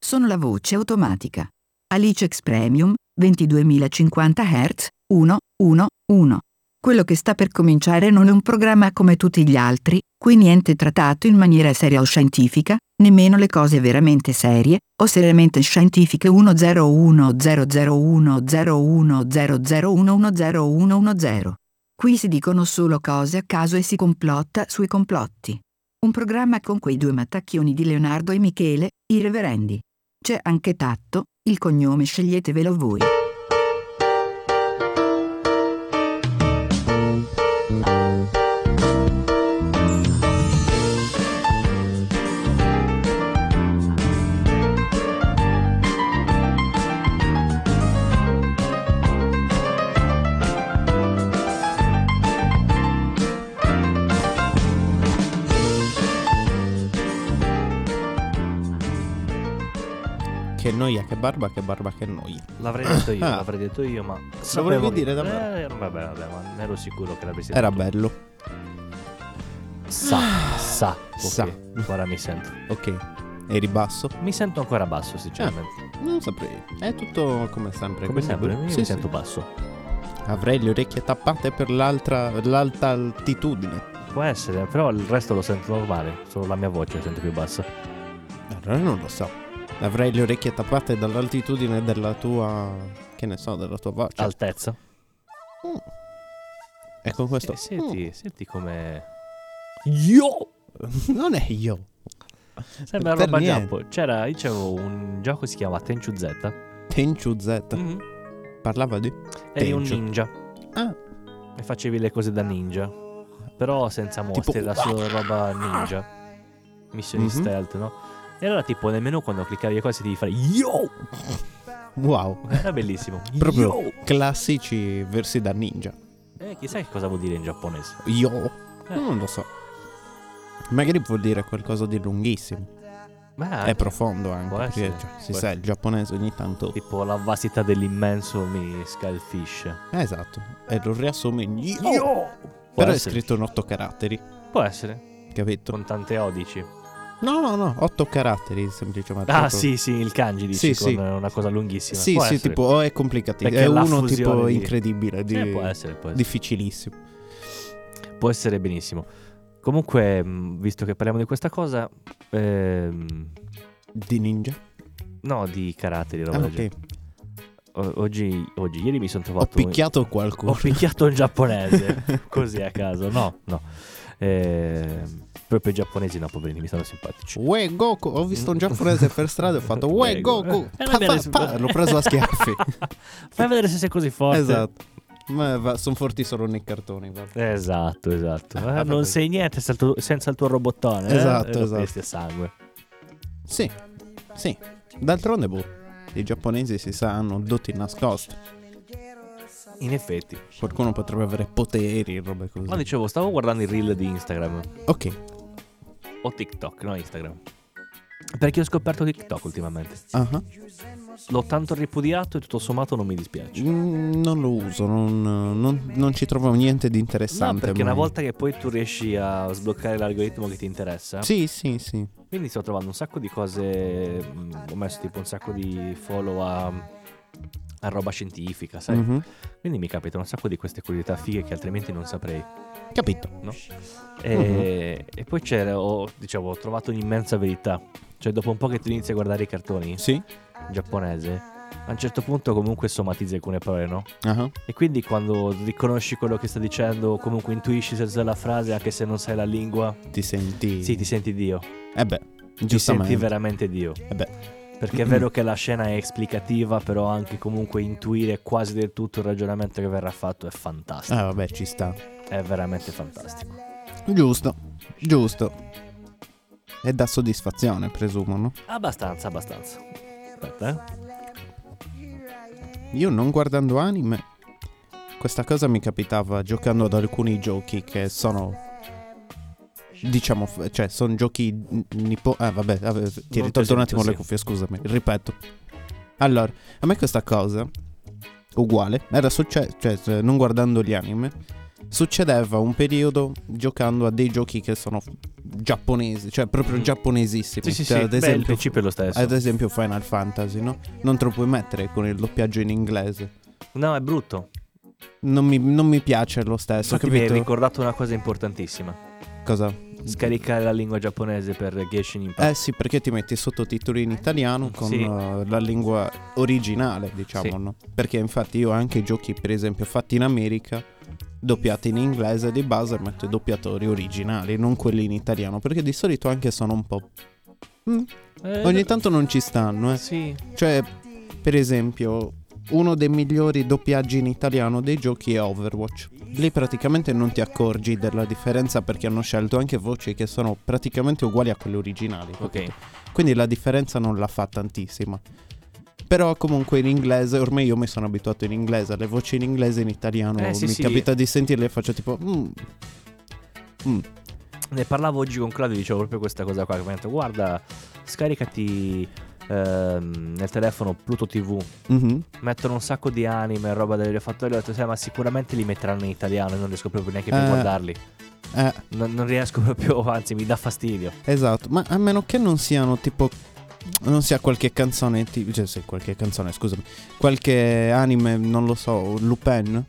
sono la voce automatica. Alicex Premium 22.050 Hz 111. Quello che sta per cominciare non è un programma come tutti gli altri, qui niente è trattato in maniera seria o scientifica, nemmeno le cose veramente serie o seriamente scientifiche 101001010100110110110. Qui si dicono solo cose a caso e si complotta sui complotti. Un programma con quei due mattacchioni di Leonardo e Michele, i reverendi. C'è anche Tatto, il cognome sceglietevelo voi. Che noia, che barba, che barba, che noia. L'avrei detto io, Ah. l'avrei detto io, ma. Lo volevi sapevo che- dire da me? Eh, vabbè, vabbè, ma ne ero sicuro che l'avresti Era detto. bello. Sa, sa. ok, Sa. Ora mi sento. Ok. E ribasso? Mi sento ancora basso, sinceramente. Non saprei. È tutto Ah, come sempre. Come quindi- sempre, io Sì, mi sì. sento basso. Avrei le orecchie tappate per, l'altra, per l'alta altitudine. Può essere, però il resto lo sento normale. Solo la mia voce la sento più bassa. Certo. Allora non lo so. Avrei le orecchie tappate dall'altitudine della tua... Che ne so, della tua voce. Altezza. Mm. E con questo... Eh, senti, senti come. Yo! Mm. Non è io. Sembra Per roba niente. giappo. C'era, io c'avevo un gioco che si chiama Tenchu Z. Tenchu Z. Parlava di... Eri un Tenchu. ninja. Ah. E facevi le cose da ninja. Però senza mostri, Tipo- era solo roba ninja. Missioni Mhm. stealth, no? E allora tipo nel menu quando cliccavi le cose ti fare Yo! Wow. Era bellissimo. Proprio Yo! classici versi da ninja. Eh, chissà che cosa vuol dire in giapponese. Yo. Eh. Non lo so. Magari vuol dire qualcosa di lunghissimo. Ma È profondo anche. Ah, Può Perché essere, cioè, si può sa, il giapponese ogni tanto. tipo la vastità dell'immenso mi scalfisce. Oh! Eh, esatto. E lo riassume in yo. Può Però è essere. scritto in otto caratteri. Può essere. Capito? Con tante odici. No, no, no. Otto caratteri semplicemente. Ah, proprio. sì, sì, il kanji dici Sì, sì. con una cosa lunghissima. Sì, Può sì, essere. tipo oh, è complicatissimo. Perché È la uno fusione tipo di- incredibile. Di... Eh, può essere, può essere. Difficilissimo. Può essere benissimo. Comunque, mh, visto che parliamo di questa cosa, ehm, Di ninja. no, di caratteri, roba Ah, del ok. genere. O- oggi, oggi, ieri mi sono Ho trovato. picchiato ho qualcuno. picchiato un giapponese. così a caso, no, no. Ehm, proprio i giapponesi, no, poverini, mi stanno simpatici. Uè Goku, ho visto un giapponese per strada e ho fatto Uè Uè, Goku, Goku. Eh, Pa, vabbè, pa, adesso- pa. l'ho preso a schiaffi Fai vedere se sei così forte. Esatto Ma sono forti solo nei cartoni guarda. Esatto, esatto. Eh, vabbè, non poi- sei niente senza il tuo, senza il tuo robottone. eh? Ah, Esatto, E lo esatto. pesti a sangue. Sì, sì D'altronde boh I giapponesi si sa hanno doti nascosti In effetti. Qualcuno potrebbe avere poteri robe così Ma dicevo, stavo guardando il reel di Instagram. Ok o TikTok, no Instagram. Perché ho scoperto TikTok ultimamente. ah ah. L'ho tanto ripudiato e tutto sommato non mi dispiace. Mm, Non lo uso non, non- non ci trovo niente di No, interessante perché ma- una volta che poi tu riesci a sbloccare l'algoritmo che ti interessa, Sì, sì, sì quindi sto trovando un sacco di cose. mm, Ho messo tipo un sacco di follow a, a roba scientifica, sai? Mhm. Quindi mi capita un sacco di queste curiosità fighe che altrimenti non saprei. Capito no? E, e poi c'era, ho, diciamo, ho trovato un'immensa verità. Cioè, dopo un po' che tu inizi a guardare i cartoni, Sì giapponese, a un certo punto comunque somatizzi alcune parole, no? ah ah. E quindi quando riconosci quello che sta dicendo, comunque intuisci il senso della frase, anche se non sai la lingua, Ti senti sì, ti senti Dio. Eh beh Ti Giustamente senti veramente Dio. Eh beh Perché è vero che la scena è esplicativa, però anche comunque intuire quasi del tutto il ragionamento che verrà fatto è fantastico. Ah, vabbè, ci sta. È veramente fantastico. Giusto, giusto. E da soddisfazione, presumo, no? Abbastanza, abbastanza. Aspetta, eh. Io non guardando anime, questa cosa mi capitava giocando ad alcuni giochi che sono... Diciamo, f- cioè, sono giochi n- nipo... Ah, vabbè, vabbè, ti ho ritorno un sentito, attimo le sì. cuffie, scusami, ripeto. Allora, a me questa cosa, uguale, era successo, cioè, eh, non guardando gli anime, Succedeva un periodo giocando a dei giochi che sono giapponesi, cioè proprio Mm. giapponesissimi. Sì, sì, sì. Cioè, Ad Beh, il esempio, principio è lo stesso. ad esempio Final Fantasy, no? Non te lo puoi mettere con il doppiaggio in inglese. No, è brutto. Non mi, non mi piace lo stesso, Infatti mi hai capito? ricordato una cosa importantissima. Cosa? Scaricare la lingua giapponese per Genshin Impact. Eh sì, perché ti metti sottotitoli in italiano con Sì. eh, la lingua originale, diciamo, Sì. no? Perché infatti io anche i giochi, per esempio, fatti in America, doppiati in inglese di base, metto i doppiatori originali, non quelli in italiano, perché di solito anche sono un po'... Mm, Eh, ogni tanto non ci stanno, eh. Sì. Cioè, per esempio, uno dei migliori doppiaggi in italiano dei giochi è Overwatch. Lì praticamente non ti accorgi della differenza perché hanno scelto anche voci che sono praticamente uguali a quelle originali. Ok. Quindi la differenza non la fa tantissima. Però comunque in inglese, ormai io mi sono abituato in inglese, le voci in inglese e in italiano Eh, sì, mi sì. capita di sentirle e faccio tipo... "Mm, mm". Ne parlavo oggi con Claudio, dicevo proprio questa cosa qua, che mi ha detto guarda, scaricati ehm, nel telefono Pluto TV, Mhm. mettono un sacco di anime e roba delle fattorie, ho detto "Sai, ma sicuramente li metteranno in italiano, io non riesco proprio neanche più a Eh. guardarli, Eh, non, non riesco proprio, anzi mi dà fastidio. esatto, ma a meno che non siano tipo... Non sia qualche canzone, ti- cioè sì, qualche canzone, scusami, qualche anime, non lo so, Lupin,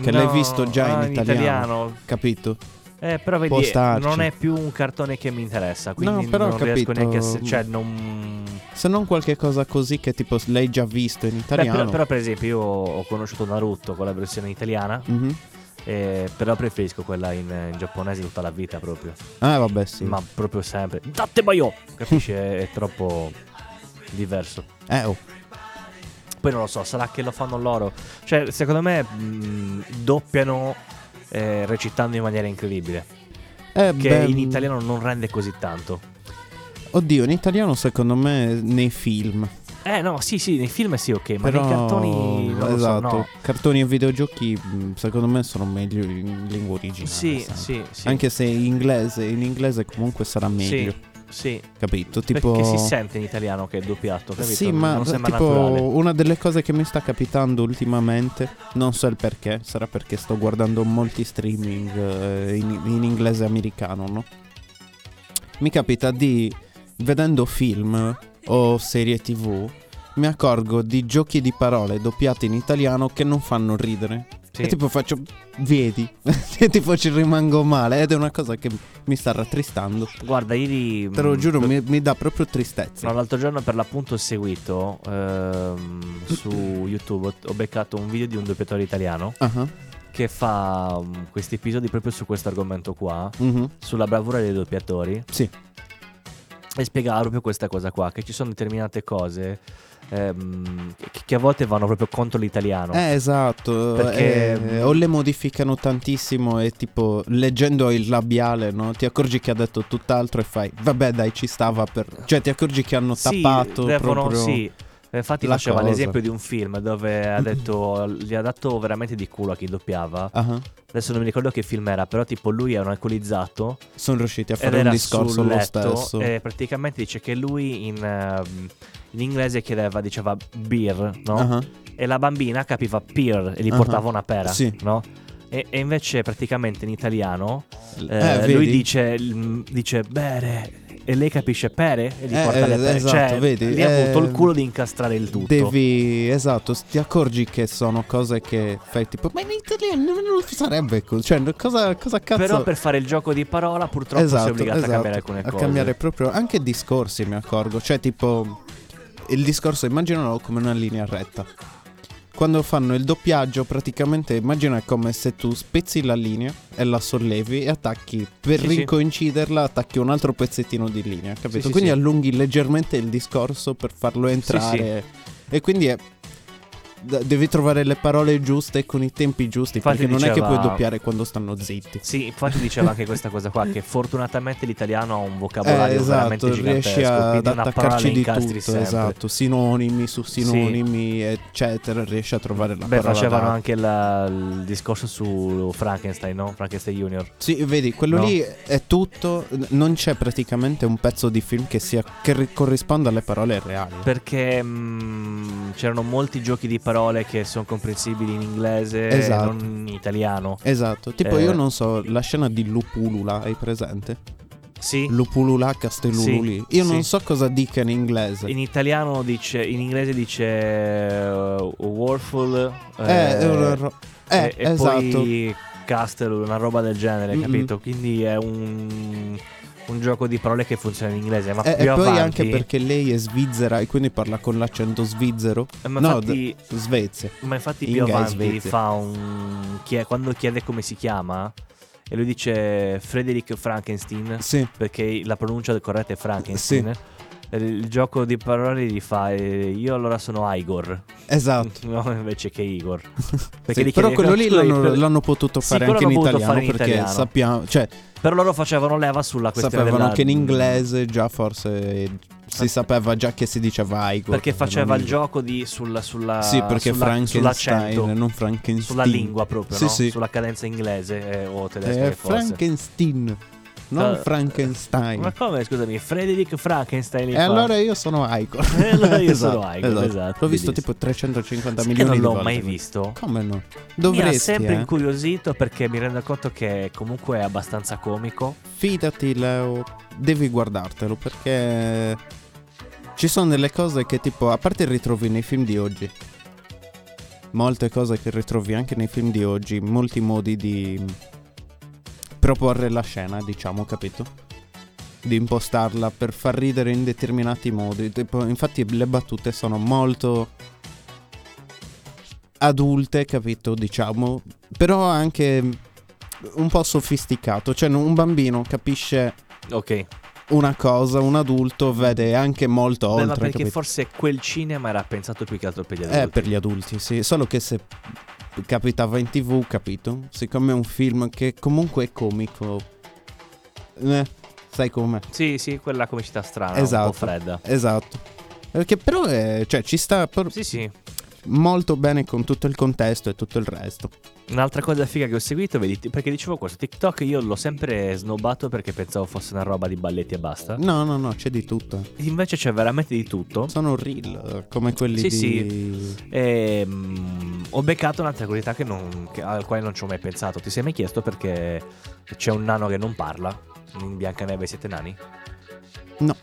Che l'hai visto già in ah, italiano. capito? Eh, però Può vedi, starci. non è più un cartone che mi interessa, quindi No, però non ho riesco capito. neanche a... se- Cioè, non... Se non qualche cosa così che tipo l'hai già visto in Beh, però, italiano... però, per esempio io ho conosciuto Naruto con la versione italiana, Mhm. eh, però preferisco quella in, in giapponese tutta la vita proprio, Ah vabbè sì. ma proprio sempre. Datte baio! Capisci? è, è troppo diverso. Eh, oh. Poi non lo so, sarà che lo fanno loro. Cioè, secondo me mh, doppiano eh, recitando in maniera incredibile, Eh, che beh, in italiano non rende così tanto. Oddio, in italiano secondo me nei film. Eh no, sì, sì, nei film sì, ok, ma però... nei cartoni non lo so, esatto. no. Cartoni e videogiochi mh, secondo me sono meglio in lingua originale. Sì, sai. sì, sì. Anche se in inglese, in inglese comunque sarà meglio, Sì, sì. capito? Tipo Perché si sente in italiano che è doppiato, capito? Sì, ma non sembra tipo naturale. una delle cose che mi sta capitando ultimamente, non so il perché, sarà perché sto guardando molti streaming eh, in, in inglese americano, no? Mi capita di, vedendo film o serie tv, mi accorgo di giochi di parole doppiati in italiano che non fanno ridere. Sì. E tipo faccio, vedi, e tipo ci rimango male ed è una cosa che mi sta rattristando. Guarda, ieri mm, Te lo mh, giuro, mi, mi dà proprio tristezza. no, l'altro giorno per l'appunto ho seguito ehm, su YouTube ho- ho beccato un video di un doppiatore italiano Ah ah, che fa mh, questi episodi proprio su questo argomento qua, mhm. sulla bravura dei doppiatori. Sì. E spiegava proprio questa cosa qua, che ci sono determinate cose ehm, che, che a volte vanno proprio contro l'italiano. Eh, esatto. Perché- eh, o le modificano tantissimo e tipo leggendo il labiale, no? Ti accorgi che ha detto tutt'altro e fai, vabbè dai, ci stava per... Cioè ti accorgi che hanno Sì, tappato devono- proprio... sì. E Infatti la faceva cosa. l'esempio di un film dove ha detto, gli ha dato veramente di culo a chi doppiava. Ah ah. Adesso non mi ricordo che film era, però tipo lui era un alcolizzato Sono riusciti a ed fare un era discorso sul lo letto eh, stesso. e praticamente dice che lui in, ehm, in inglese chiedeva, diceva beer, no? Ah ah. E la bambina capiva peer e gli Ah. portava una pera, Sì. no? E, e invece praticamente in italiano Eh, eh, vedi? lui dice, mm, dice bere e lei capisce pere e gli Eh, porta le eh, pere. esatto, cioè, vedi, lì ha eh, avuto il culo di incastrare il tutto. Devi, esatto, s- ti accorgi che sono cose che fai tipo, ma in italiano non sarebbe così, cioè cosa, cosa cazzo... Però per fare il gioco di parola purtroppo sei obbligato a cambiare alcune Esatto, a cose. cambiare proprio anche discorsi, mi accorgo. Cioè, tipo, il discorso immaginalo come una linea retta. Quando fanno il doppiaggio, praticamente immagina è come se tu spezzi la linea e la sollevi e attacchi per Sì, sì. ricoinciderla, attacchi un altro pezzettino di linea, capito? sì, quindi sì. allunghi leggermente il discorso per farlo entrare. E quindi è- d- Devi trovare le parole giuste con i tempi giusti. Infatti perché non è che diceva- puoi doppiare quando stanno zitti. Sì, infatti diceva anche questa cosa qua, che fortunatamente l'italiano ha un Eh, vocabolario esatto, veramente gigantesco, riesci ad quindi una parola attaccarci la di incastri tutto, sempre. esatto, sinonimi su sinonimi, eccetera, riesci a trovare la Beh, parola. facevano adatta. anche la- il discorso su Frankenstein, no? Frankenstein Junior. Sì, vedi, quello No. lì è tutto, n- non c'è praticamente un pezzo di film che, sia, che ri- corrisponda alle parole reali. Perché mh, ehm, c'erano molti giochi di parole che sono comprensibili in inglese Esatto. e non in italiano. Esatto, tipo Eh. io non so, la scena di Lupulula, hai presente? Sì, Lupulula Castellululi. Io non sì. so cosa dica in inglese. in italiano dice, in inglese dice eh, Warful. Eh, è una ro- eh, e, e esatto. poi Castle, una roba del genere, Mm-mm. capito? Quindi è un, un gioco di parole che funziona in inglese, ma Eh, E, più e poi avanti, anche perché lei è svizzera e quindi parla con l'accento svizzero. Eh, ma no, infatti- d- Svezia. Ma infatti Inga più e avanti Svezia. fa un... chie- quando chiede come si chiama e lui dice Frederick Frankenstein Sì. perché la pronuncia corretta è Frankenstein. eh, Il gioco di parole gli fa eh, io allora sono Igor Esatto. no, invece che Igor Sì, gli però Mm. chiede- quello lì quello- l'hanno, quello- l'hanno potuto Sì, fare quello anche in l'hanno potuto italiano fare in perché italiano. sappiamo, cioè, però loro facevano leva sulla questione sapevano della- che in inglese già forse eh, si sapeva già che si diceva Igor. perché faceva non il Igor. gioco di sulla, sulla Sì, perché sulla- Frankenstein, sull'accento non Frankenstein. sulla lingua proprio Sì, no? sì. sulla cadenza inglese eh, o tedesca Eh, che fosse. Frankenstein, non Eh, Frankenstein. ma come scusami Frederick Frankenstein E allora io sono Igor. E allora io sono Igor, esatto, L'ho visto bellissimo. tipo 350 Sai che milioni non di l'ho volte. mai visto Come no? mi ha Dovresti, sempre eh. incuriosito perché mi rendo conto che comunque è abbastanza comico Fidati, Leo. Devi guardartelo perché ci sono delle cose che tipo, a parte ritrovi nei film di oggi. Molte cose che ritrovi anche nei film di oggi, molti modi di proporre la scena, diciamo, capito? Di impostarla per far ridere in determinati modi. Tipo, infatti le battute sono molto adulte, capito? Diciamo, però anche un po' sofisticato. Cioè, un bambino capisce ok una cosa, un adulto vede anche molto Beh, oltre. ma perché capito? forse quel cinema era pensato più che altro per gli adulti Eh, per gli adulti, sì. Solo che se capitava in tv, capito? Siccome è un film che comunque è comico. Eh, sai come? sì sì quella comicità strana un Esatto. po' fredda Esatto. Perché però è- cioè, ci sta per- sì sì molto bene con tutto il contesto e tutto il resto. Un'altra cosa figa che ho seguito, vedi, ti- perché dicevo questo, TikTok io l'ho sempre snobbato perché pensavo fosse una roba di balletti e basta. No, no, no, c'è di tutto. Invece c'è veramente di tutto. Sono reel, eh, come quelli Sì, di... E, mm, ho beccato un'altra curiosità che non- che- al quale non ci ho mai pensato. Ti sei mai chiesto perché c'è un nano che non parla in Biancaneve e i Sette Nani? No,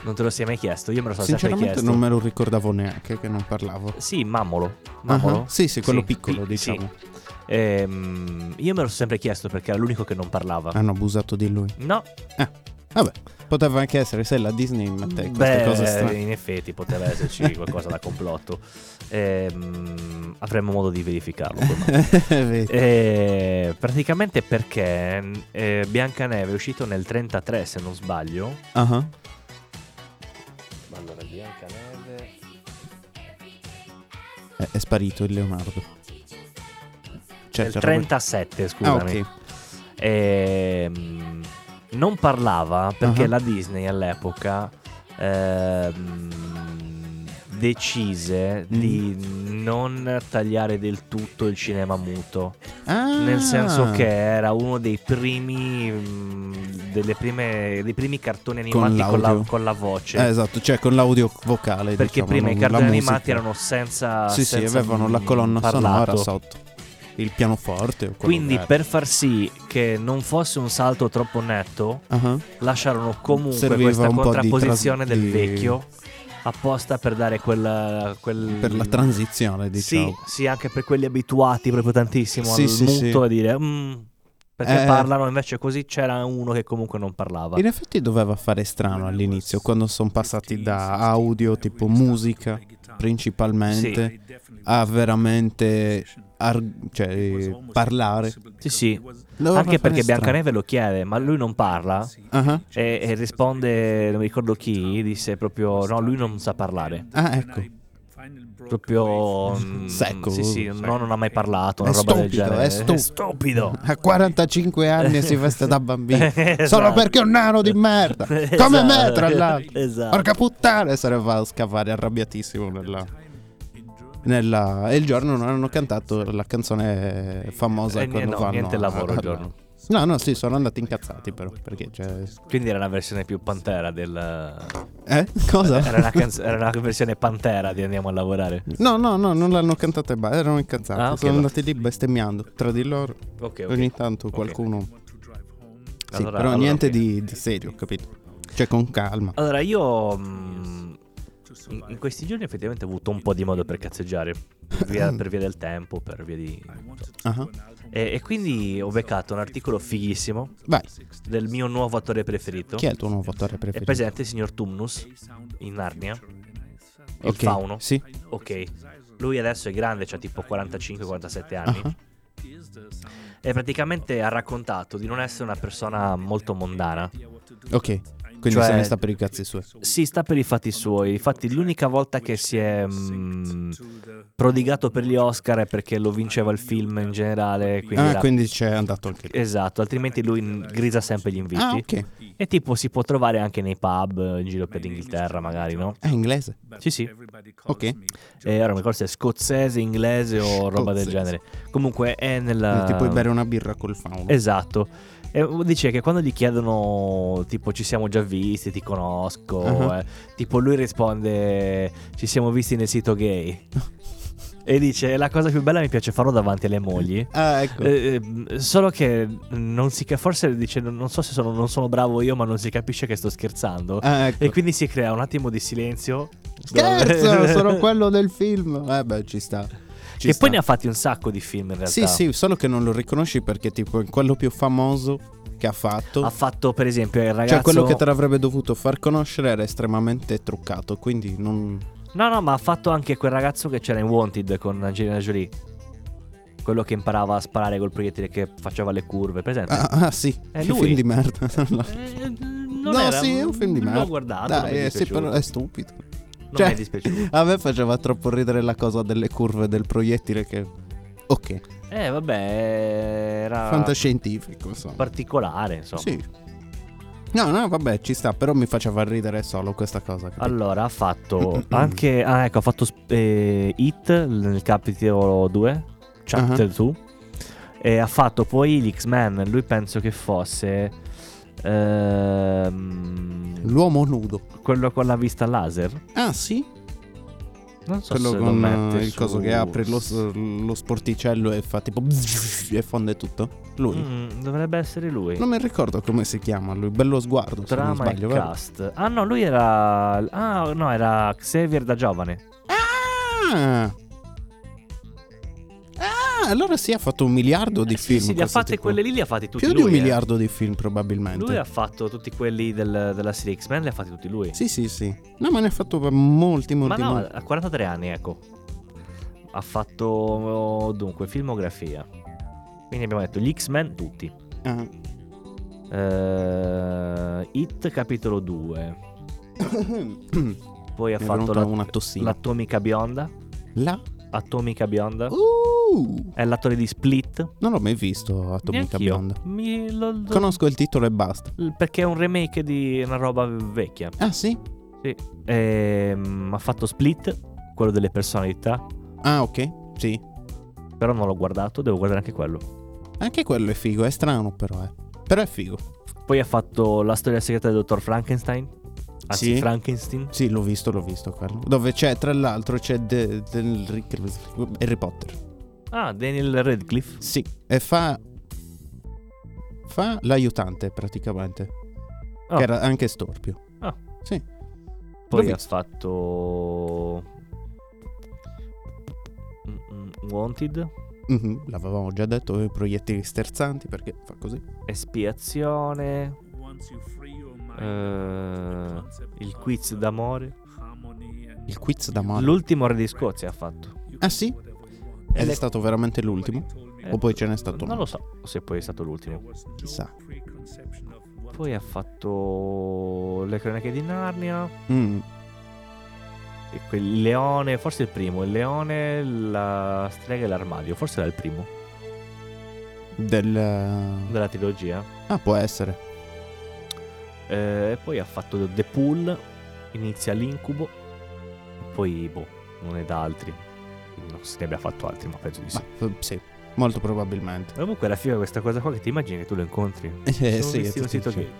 Non te lo sei mai chiesto? Io me lo sono sempre sinceramente chiesto. non me lo ricordavo neanche che non parlavo. Sì, mammolo. Mammolo. Ah, Sì, sì, quello boh? Sì, piccolo, pi- sì. diciamo. E, mm, io me lo sono sempre chiesto perché era l'unico che non parlava. Hanno abusato di lui. No, Vabbè, poteva anche essere, sai, la Disney mette queste Beh, cose strane. in effetti poteva esserci qualcosa da complotto. Ehm, avremmo modo di verificarlo. poi magari. Vedi. Eh, praticamente perché eh, Biancaneve è uscito nel 33, se non sbaglio. Ah, Allora, Biancaneve. Cioè, È, è sparito il Leonardo. Cioè, Nel c'era 37, quel- Ah, scusami. ok. Ehm, non parlava perché Ah. la Disney all'epoca ehm, decise di Mm. non tagliare del tutto il cinema muto. Ah, Nel senso che era uno dei primi mh, delle prime, dei primi cartoni Con animati con, la, l'audio. con la voce. eh, esatto, cioè con l'audio vocale. Perché diciamo, prima i non la cartoni musica. animati erano senza. Sì, sì, senza, avevano la mh, colonna sonora parlato. sotto. Il pianoforte o quello Quindi che era. per far sì che non fosse un salto troppo netto, Ah, lasciarono comunque Serviva questa un po' di contrapposizione tras- del di- vecchio apposta per dare quella, quel... Per la transizione, Mm. Sì, diciamo. sì, anche per quelli abituati proprio tantissimo Sì, al sì, muto sì. e dire "Mm", perché Eh. parlano invece così c'era uno che comunque non parlava. In effetti doveva fare strano all'inizio, quando sono passati da audio, tipo musica principalmente, a veramente ar- cioè, eh, parlare. Sì, sì. Doveva Anche fare perché strano. Biancaneve lo chiede, ma lui non parla Ah, e, e risponde, non mi ricordo chi, disse proprio no, lui non sa parlare. ah, ecco. Proprio mm, Secco. Sì, sì, no, non ha mai parlato, una È roba del stupido, genere. è stu- stupido. A 45 anni si veste da bambino. Esatto. Solo perché è un nano di merda. Come Esatto. me, tra l'altro. Esatto. Porca puttana, se ne va a scavare arrabbiatissimo nella... nella- E il giorno non hanno cantato la canzone famosa Eh, quando no, vanno niente a- lavoro il a- giorno. No, no, sì, sono andati incazzati però, perché cioè... Quindi era una versione più pantera del... Eh? Cosa? Era una, canz- era una versione pantera di Andiamo a lavorare. No, no, no, non l'hanno cantata e ba- erano incazzati. Ah, ok, sono va. andati lì bestemmiando tra di loro. Ok, Ogni tanto qualcuno... Sì, Allora- però allora, niente ok. di, di serio, capito? Cioè con calma. Allora, io mh, in in questi giorni effettivamente ho avuto un po' di modo per cazzeggiare, per via, per via del tempo, per via di... Ah, E, e quindi ho beccato un articolo fighissimo Vai, del mio nuovo attore preferito. chi è il tuo nuovo attore È preferito? presente il signor Tumnus in Narnia, il Ok, fauno. Sì. Ok. Lui adesso è grande, ha tipo 45-47 anni. Ah, E praticamente ha raccontato di non essere una persona molto mondana. Ok, quindi Cioè- se ne sta per i cazzi suoi. Sì, sta per i fatti suoi. Infatti, l'unica volta che si è mh, prodigato per gli Oscar è perché lo vinceva il film in generale. Quindi ah, era- quindi c'è andato anche lì. Esatto, altrimenti lui n- grisa sempre gli inviti. Ah, ok. E tipo si può trovare anche nei pub eh, in giro per l'Inghilterra, magari, no? È inglese. Sì, sì. Ok. E ora non mi ricordo se è scozzese, inglese o roba del Scozzese. genere. Comunque è nella. Eh, Ti puoi bere una birra col fauno. Esatto. E dice che quando gli chiedono, tipo, ci siamo già visti, ti conosco, Ah. eh, tipo, lui risponde, ci siamo visti nel sito gay. e dice, la cosa più bella mi piace farlo davanti alle mogli. ah, ecco. Eh, eh, solo che non si capisce, forse dice, non non so se sono, non sono bravo io, ma non si capisce che sto scherzando. Ah, ecco. E quindi si crea un attimo di silenzio. Scherzo, sono quello del film. Eh beh, ci sta. Ci Che sta. poi ne ha fatti un sacco di film in realtà. Sì, sì, solo che non lo riconosci perché tipo è quello più famoso che ha fatto. Ha fatto per esempio il Ah, ragazzo Cioè quello che te l'avrebbe dovuto far conoscere era estremamente truccato, quindi non... No, no, ma ha fatto anche quel ragazzo che c'era in Wanted con Angelina Jolie. Quello che imparava a sparare col proiettile che faceva le curve, presente? Ah, ah, sì, È che lui. film di merda. No. Eh, non no, era- sì, è un film di merda. L'ho guardato, non mi Dai, è eh, sì, dispiaciuto. però è stupido. Non cioè- mi è dispiaciuto. A me faceva troppo ridere la cosa delle curve del proiettile che... Ok, Eh, vabbè, era fantascientifico, insomma. particolare, insomma. Sì. No, no, vabbè, ci sta, però mi faceva ridere solo questa cosa. capito? Allora, ha fatto anche... Ah, ecco, ha fatto sp- eh, Hit nel capitolo 2, chapter 2. E ha fatto poi l'X-Men, lui penso che fosse... Ehm, L'uomo nudo. Quello con la vista laser? Ah, sì? Non so Quello se con lo mette eh, il su- coso che apre lo, lo sporticello e fa tipo... E fonde tutto. Lui. Mm, dovrebbe essere lui. Non mi ricordo come si chiama lui. Bello sguardo, se non Trama sbaglio, e vero? cast. Ah no, lui era Ah no, era Xavier da giovane. Ah! Ah, allora sì, ha fatto un miliardo di Eh, film. Sì, sì, li ha questo fatte tipo. quelle lì, li ha fatti tutti Più lui. di un eh. miliardo di film probabilmente. Lui ha fatto tutti quelli del- della serie X-Men, li ha fatti tutti lui. Sì, sì, sì. No, ma ne ha fatto molti, Ma molti, no, molti. a 43 anni, ecco. Ha fatto oh, dunque filmografia. Quindi abbiamo detto gli X-Men tutti. Ah. Eh, Hit capitolo 2. Mi Poi ha è fatto venuta la, una tossina. L'atomica bionda. La... Atomica bionda. Uh! È l'attore di Split. Non l'ho mai visto Atomica Neanch'io. Bionda. Mi- lo- lo- Conosco il titolo e basta. Perché è un remake di una roba vecchia. Ah, sì? Sì. Ehm, ha fatto Split, quello delle personalità. Ah, ok. Sì. Però non l'ho guardato, devo guardare anche quello. Anche quello è figo, è strano però, eh. Però è figo. Poi ha fatto La storia segreta del dottor Frankenstein. Anzi, Sì. Frankenstein. Sì, l'ho visto, l'ho visto quello. Dove c'è, tra l'altro, c'è de- del Rick- Harry Potter. Ah, Daniel Radcliffe. Sì. E fa... Fa l'aiutante, praticamente. Ah. Che era anche storpio. Ah. Sì. Poi L'ho ha fatto. Mm, mm, Wanted. Mhm, L'avevamo già detto, i proiettili sterzanti, perché fa così. Espiazione. Eh, il quiz d'amore. Il quiz da mano. L'ultimo re di Scozia ha fatto. ah sì? Ed le- è stato veramente l'ultimo? Eh, O poi ce n'è stato Non uno? lo so se poi è stato l'ultimo. Chissà. Poi ha fatto Le cronache di Narnia. Mm, E quel leone, forse il primo. Il leone, la strega e l'armadio. Forse era il primo del... eh, della trilogia. Ah, può essere. Eh, e poi ha fatto The Pool. Inizia l'incubo. E poi, boh, non è da altri. Non so se ne abbia fatto altri, ma penso di sì. Ma, eh, sì. Molto probabilmente. Comunque alla fine questa cosa qua che ti immagini che tu lo incontri. Eh, Sono sì, visti in un sì, sito sì. gay.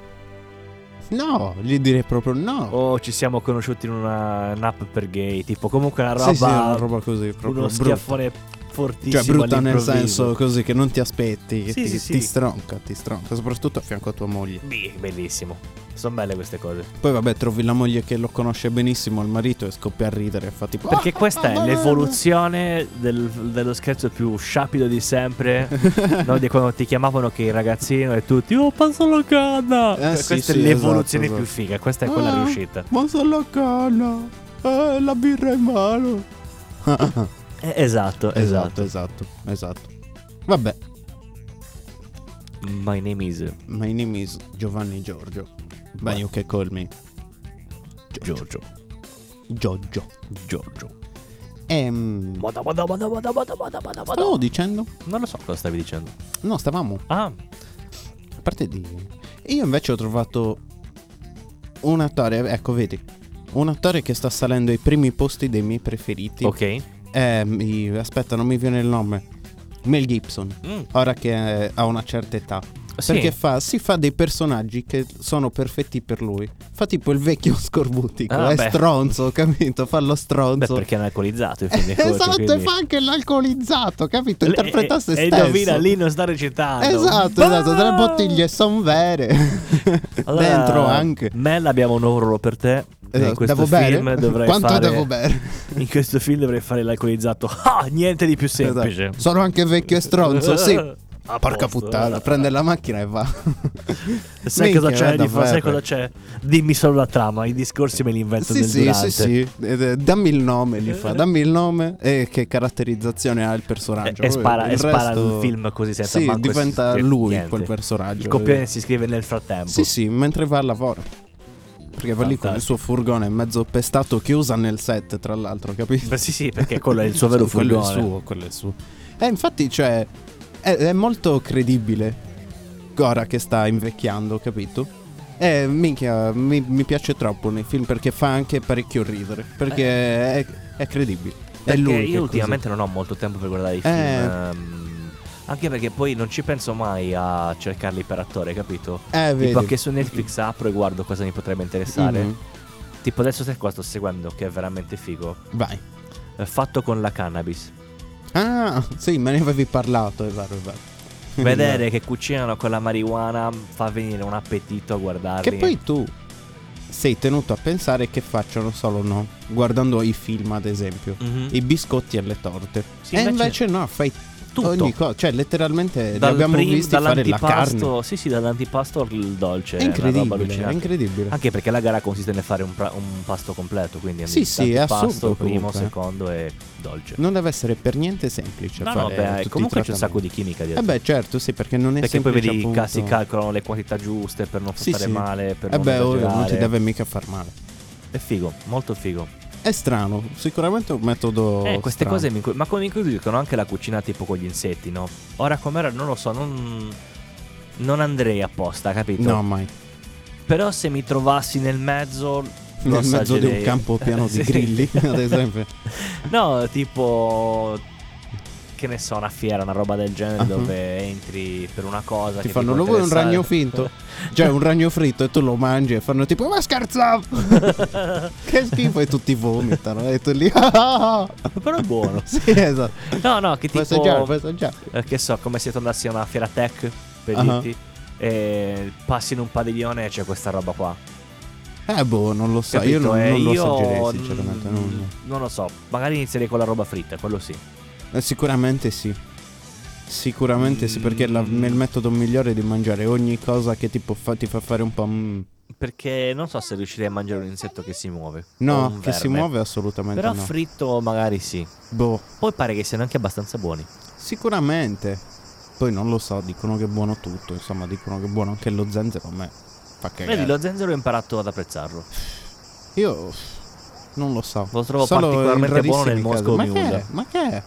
No, gli direi proprio no. O ci siamo conosciuti in una un'app per gay, tipo comunque una roba, Sì, sì, una roba così, proprio uno brutta. schiaffone fortissimo Cioè, brutta nel all'improvviso. senso così che non ti aspetti, che Sì, ti, sì, sì. ti stronca, ti stronca, soprattutto a fianco a tua moglie. Beh, bellissimo. Sono belle queste cose. Poi vabbè, trovi la moglie che lo conosce benissimo, il marito e scoppia a ridere, fa tipo Perché questa "Ah, è l'evoluzione del- dello scherzo più sciapido di sempre. no, di quando ti chiamavano che il ragazzino e tutti, oh, passa la canna. Eh, sì, questa sì, è l'evoluzione esatto, più figa, questa è quella Ah. riuscita. Ma sono la canna, eh, la birra in mano. Eh, esatto, esatto, esatto, esatto, esatto. Vabbè, My name is my name is Giovanni Giorgio. Ma Vai. you can call me Giorgio. Giorgio. Giorgio. Ehm, Vada, vada, vada, vada, vada, vada, vada, vada. stavo dicendo? Non lo so cosa stavi dicendo. No, stavamo Ah, A parte di... Io invece ho trovato un attore, ecco vedi, un attore che sta salendo ai primi posti dei miei preferiti. ok. Eh, mi- aspetta, non mi viene il nome. Mel Gibson, Mm, ora che eh, ha una certa età. sì. Perché fa, si fa dei personaggi che sono perfetti per lui. Fa tipo il vecchio scorbutico, Ah, è beh. stronzo, capito? Fa lo Beh, stronzo. perché è un alcolizzato, in fin dei conti, Esatto, e quindi- fa anche l'alcolizzato, capito? Le- Interpreta se e- stesso. E eh, indovina lì non sta recitando. Esatto, esatto, Ah! tre bottiglie sono vere. Allora, Dentro anche. Ah! Mel abbiamo un euro per te. Eh, in Esatto, questo devo film bere? dovrai Quanto fare devo bere? In questo film dovrei fare l'alcolizzato. Ah, niente di più semplice. Esatto. Sono anche vecchio e stronzo, sì. Ah, A Porca posto, puttana, guarda. prende la macchina e va. Sai Minchia, cosa c'è? guarda, di fa- sai guarda. cosa c'è? Dimmi solo la trama, i discorsi me li invento Sì, nel sì, durante. sì, sì. Ed, eh, Dammi il nome, gli fa. Dammi il nome e che caratterizzazione ha il E, personaggio. e spara, il e spara resto- il film così senza Sì, manco diventa esistere, lui niente. quel personaggio. Il copione si scrive nel frattempo. Sì, sì, mentre va al lavoro. Perché va lì con il suo Fantastico. furgone mezzo pestato che usa nel set, tra l'altro, capito? Ma sì, sì, perché quello è il suo vero Sì, quello è il furgone. suo, quello è il suo. Eh, infatti, cioè, è, è molto credibile. Ora che sta invecchiando, capito? Eh, minchia, mi, mi piace troppo nei film perché fa anche parecchio ridere. Perché è, è credibile. È Eh. Perché lui. che Eh. è io così. ultimamente non ho molto tempo per guardare i film. ehm, anche perché poi non ci penso mai a cercarli per attore, capito? Eh, vedi. Tipo che su Netflix apro e guardo cosa mi potrebbe interessare. Mhm. Tipo adesso sei qua sto seguendo che è veramente figo. Vai. È fatto con la cannabis. Ah, sì, me ne avevi parlato, è vero, è vero. Vedere che cucinano con la marijuana fa venire un appetito a guardarli. Che poi tu sei tenuto a pensare che facciano solo no, guardando i film ad esempio, Mhm. i biscotti e le torte. Sì, e invece invece- no, fai Tutto. ogni cosa, cioè letteralmente li Dal abbiamo prim- visti fare la dall'antipasto- carne. Sì, sì, dall'antipasto al dolce. È una roba incredibile, è allucinante. incredibile. Anche perché la gara consiste nel fare un, pra- un pasto completo, quindi Sì, sì, è assurdo pasto, primo, comunque. secondo e dolce. Non deve essere per niente semplice No, no, fare beh, tutti comunque i c'è un sacco di chimica dietro. Eh beh, certo, sì, perché non è perché poi semplice vedi appunto. ca- si calcolano le quantità giuste per non Sì, stare sì. male, per Eh non beh, oh, non ti esagerare. deve mica far male. È figo, molto figo. È strano, sicuramente è un metodo eh, queste strano. cose mi incuriosiscono, ma come mi incuriosiscono anche la cucina tipo con gli insetti, no? Ora com'era non lo so, non non andrei apposta, capito? No, mai. Però se mi trovassi nel mezzo lo Nel mezzo di un assaggerei. campo pieno Sì. di grilli, ad esempio. No, tipo che ne so, una fiera, una roba del genere Ah. dove entri per una cosa Ti che fanno, può lo vuoi un interessare?" ragno finto? Cioè un ragno fritto e tu lo mangi e fanno tipo ma scherzavo! che schifo e tutti vomitano e tu lì "Ah, ah, ah". Però è buono. Sì esatto, No, no, che puoi tipo assaggiare, puoi assaggiare eh, che so, come se tornassi a una fiera tech per Ah. dirti e passi in un padiglione e c'è questa roba qua. Eh boh, non lo so, io Capito? non, Eh, non lo io assaggerei sinceramente mm, non- non lo so, magari inizierei con la roba fritta, quello sì. Eh, Sicuramente sì Sicuramente sì, perché la- Mm. è il metodo migliore di mangiare ogni cosa che tipo fa- ti fa fare un po' mm. Perché non so se riuscirei a mangiare un insetto che si muove. o No, un che si verme. muove assolutamente Però no fritto magari sì. Boh, Poi pare che siano anche abbastanza buoni. sicuramente Poi non lo so, dicono che è buono tutto, insomma dicono che è buono anche lo zenzero, a me fa cagare Vedi, lo zenzero ho imparato ad apprezzarlo. Io non lo so. Lo trovo Solo particolarmente in buono nel rarissimi Moscow casi. Ma che Mule. è? Ma che è?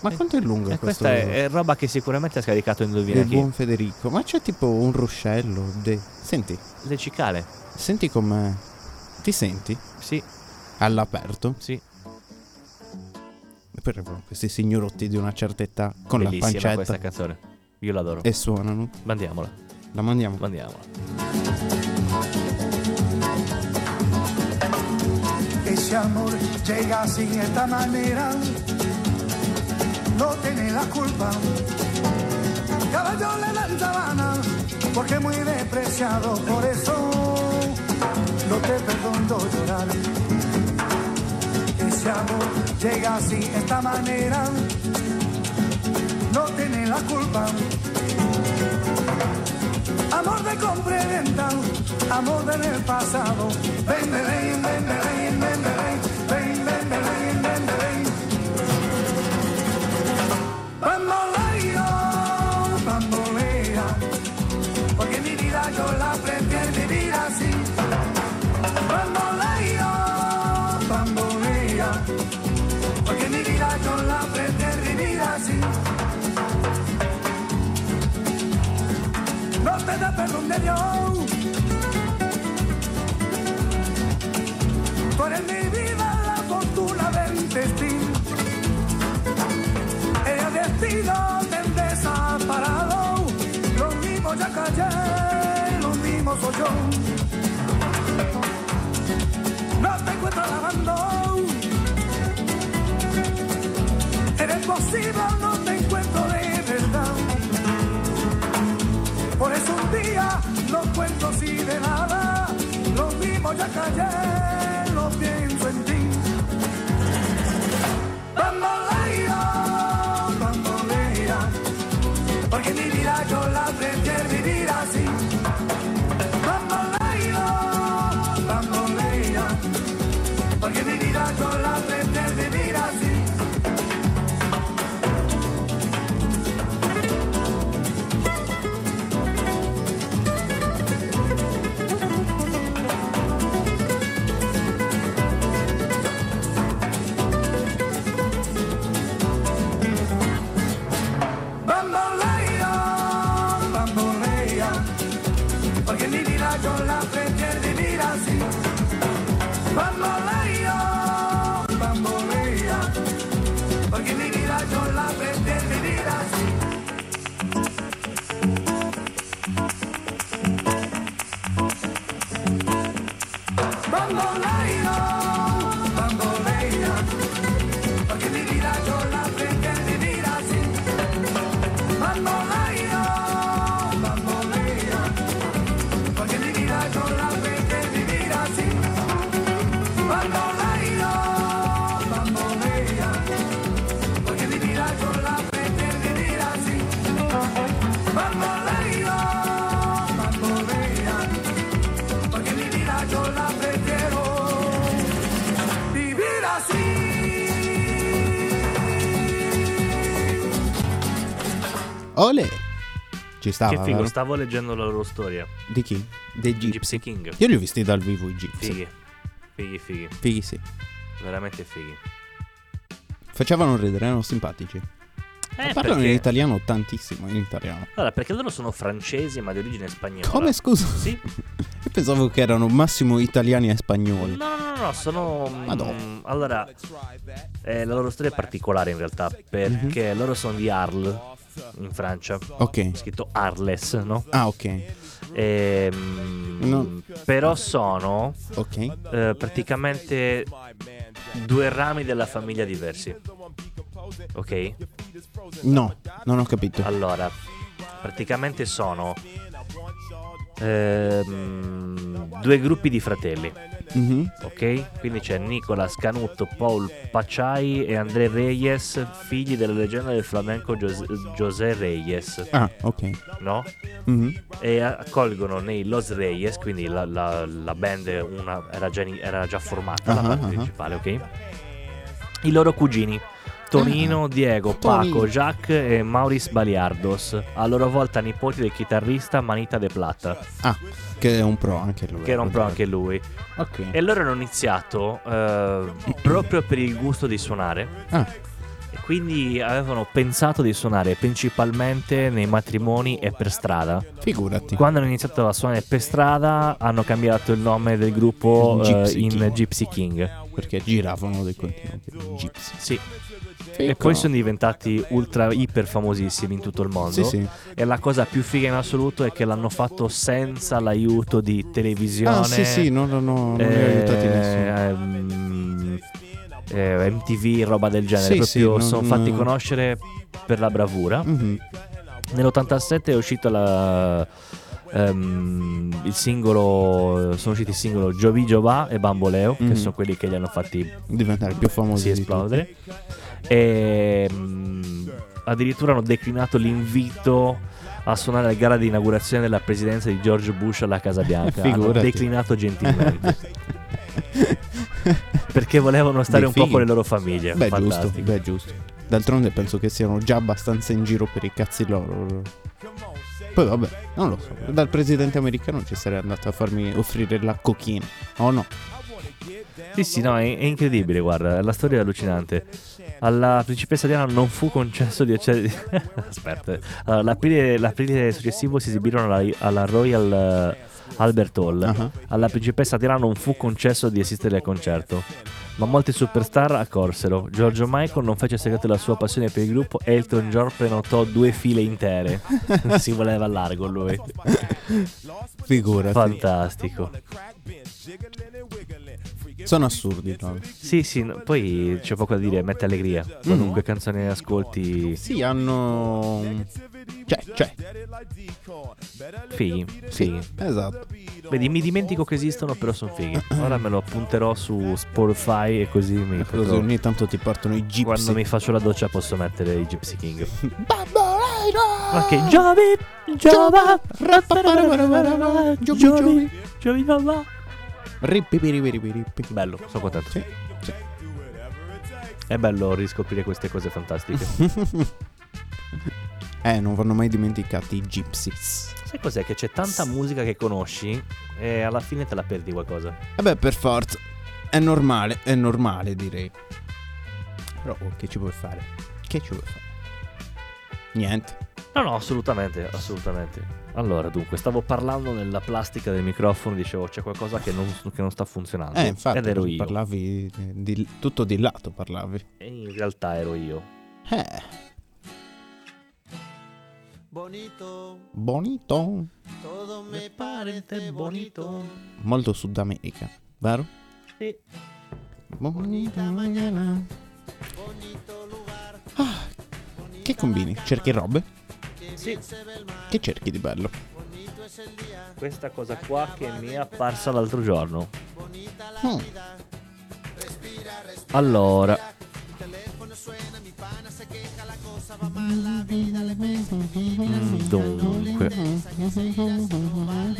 Ma Eh, quanto è lungo E questo? questa è, eh, è roba che sicuramente ha scaricato Indovina il chi? buon Federico. Ma c'è tipo un ruscello. de- Senti, Le cicale. senti com'è. Ti senti? Sì, All'aperto. sì. per questi signorotti di una certa età con Bellissima la pancetta questa canzone. Io l'adoro. e suonano. Mandiamola, La mandiamo. mandiamola. Ese amor llega así, de esta manera, no tiene la culpa. Caballo le dan sabana, porque es muy despreciado, por eso no te perdono llorar. Ese amor llega así, de esta manera, no tiene la culpa. Amor de compra y venta, amor del el pasado. Ven, ven, ven, ven, ven, ven, ven, ven, ven, ven, ven, ven, ven. Bamboleo, bambolea, porque mi vida yo la prefiero vivir así. Bamboleo, bambolea, porque mi vida yo la prefiero vivir así. no te da perdón de Dios. Tú eres mi vida, la fortuna del destino. El destino del desamparado, lo mismo ya callé, lo mismo soy yo. No te encuentro lavando. Eres posible, no te encuentro de verdad. Por eso un día los cuentos y de nada, los vimos ya callé, lo pienso en ti. Bambolea, bambolea, porque mi vida yo la prefiero vivir así. Bambolea, bambolea, porque mi vida yo la prefiero vivir así. Bambolea, bambolea, porque mi vida yo la prefiero vivir así. Bambolea, bambolea, porque mi vida yo la prefiero vivir así. Bambolea, bambolea, porque mi vida yo la prefiero vivir así. Bambolea, bambolea, porque mi vida yo la vete vivir así. Bambolea, bambolea, porque mi vida yo la vete vivir así. Bambolea, bambolea, porque mi vida yo la prefiero vivir así. Ole! Ci stava, che figo, vero? stavo leggendo la loro storia. Di chi? Dei Gypsy. Gypsy King. Io li ho visti dal vivo i Gypsy. Fighi. Fighi, fighi. Fighi, sì. Veramente fighi. Facevano ridere, erano simpatici. Eh, Parlano perché- in italiano tantissimo, in italiano. Allora, perché loro sono francesi ma di origine spagnola. Come scusa? Sì. Io pensavo che erano massimo italiani e No, spagnoli. no, no, no, sono... mm, Madonna. Allora, eh, la loro storia è particolare in realtà, perché loro sono di Arles, in Francia. Ok. Scritto Arles, no? Ah, ok. Ehm, No. Però sono Ok. eh, praticamente due rami della famiglia diversi. Ok? No, non ho capito. Allora, praticamente sono ehm, due gruppi di fratelli, Mhm. ok? Quindi c'è Nicolas Canuto, Paul Pacciai e André Reyes, figli della leggenda del flamenco Jos- José Reyes, Ah, ok. no? Mhm. E accolgono nei Los Reyes, quindi la, la- la band una- era, già, in- era già formata, Ah, la band ah, ah. principale, ok? I loro cugini. Tonino, Diego, Ah, Tonino. Paco, Jacques e Maurice Baliardos, a loro volta nipoti del chitarrista Manita de Plata, Ah, che è un pro anche lui. che era un pro anche lui. Ok. E loro hanno iniziato eh, proprio per il gusto di suonare, Ah, e quindi avevano pensato di suonare principalmente nei matrimoni e per strada. figurati. Quando hanno iniziato a suonare per strada hanno cambiato il nome del gruppo eh, Gypsy in King. Gypsy King. perché giravano dei continenti. Gypsy. Sì. E Fico. poi sono diventati ultra iper famosissimi in tutto il mondo. Sì, sì. E la cosa più figa in assoluto è che l'hanno fatto senza l'aiuto di televisione. Ah, sì, sì, no, no, no, non li ha eh, aiutati nessuno. ehm, eh, MTV, roba del genere. Sì, sì, proprio non- sono fatti conoscere per la bravura. Mhm. Nell'87 è uscito la- ehm, il singolo. Sono usciti il singolo Giovi Giovà e Bamboleo, Mhm. che sono quelli che li hanno fatti Diventare più famosi. sì, di esplodere. E mm, addirittura hanno declinato l'invito a suonare la gara di inaugurazione della presidenza di George Bush alla Casa Bianca. hanno Figurati. declinato tutti. gentilmente perché volevano stare Dei un po' fighi. con le loro famiglie. Beh, giusto, Fantastico. beh, giusto. D'altronde penso che siano già abbastanza in giro per i cazzi loro. Poi vabbè, non lo so. Dal presidente americano ci sarei andato a farmi offrire la cochina. O no? Sì, sì, no, è, è incredibile, guarda, la storia è allucinante. Alla principessa Diana non fu concesso di accedere. Aspetta, Allora, l'aprile, l'aprile successivo si esibirono alla, alla Royal eh, Albert Hall. Ah, Alla principessa Diana non fu concesso di assistere al concerto. Ma molti superstar accorsero. Giorgio Michael non fece segreto della sua passione per il gruppo. Elton John prenotò due file intere. si voleva a largo Eh lui. Figurati. Fantastico. Sono assurdi, no? Sì, sì, no, poi c'è poco da dire, mette allegria. Qualunque Mm. canzone ascolti, Sì, hanno... Cioè, cioè, fighi, sì, fighi. esatto. Vedi, mi dimentico che esistono, però sono fighi. Ora me lo appunterò su Spotify e così mi Così potrò... ogni tanto ti partono i gypsy. Quando mi faccio la doccia posso mettere i Gypsy King. Bambolino! Ma che giovi, giova, Rapparaparaparapara, giovi, giovi, giovi. giovi, giova. Rippipiripiripiripi. Bello, sono contento. Sì, sì. È bello riscoprire queste cose fantastiche. Eh, non vanno mai dimenticati i gypsies. Sai cos'è? Che c'è tanta musica che conosci e alla fine te la perdi qualcosa. E Eh beh, per forza. È normale, è normale direi. Però oh, che ci puoi fare? Che ci puoi fare? Niente. No, no, assolutamente, assolutamente. Allora, dunque, stavo parlando nella plastica del microfono, dicevo c'è qualcosa che non, che non sta funzionando. Eh, infatti, Ed ero io. parlavi di- di- tutto di lato, parlavi. E in realtà ero io. Eh, Bonito, bonito. todo me parece bonito. Molto Sud America, vero? Sì. Bonita mañana. Ah, che combini? Cerchi robe? Sì. Che cerchi di bello? Questa cosa qua che mi è apparsa l'altro giorno. Mm. Allora, Mm, dunque,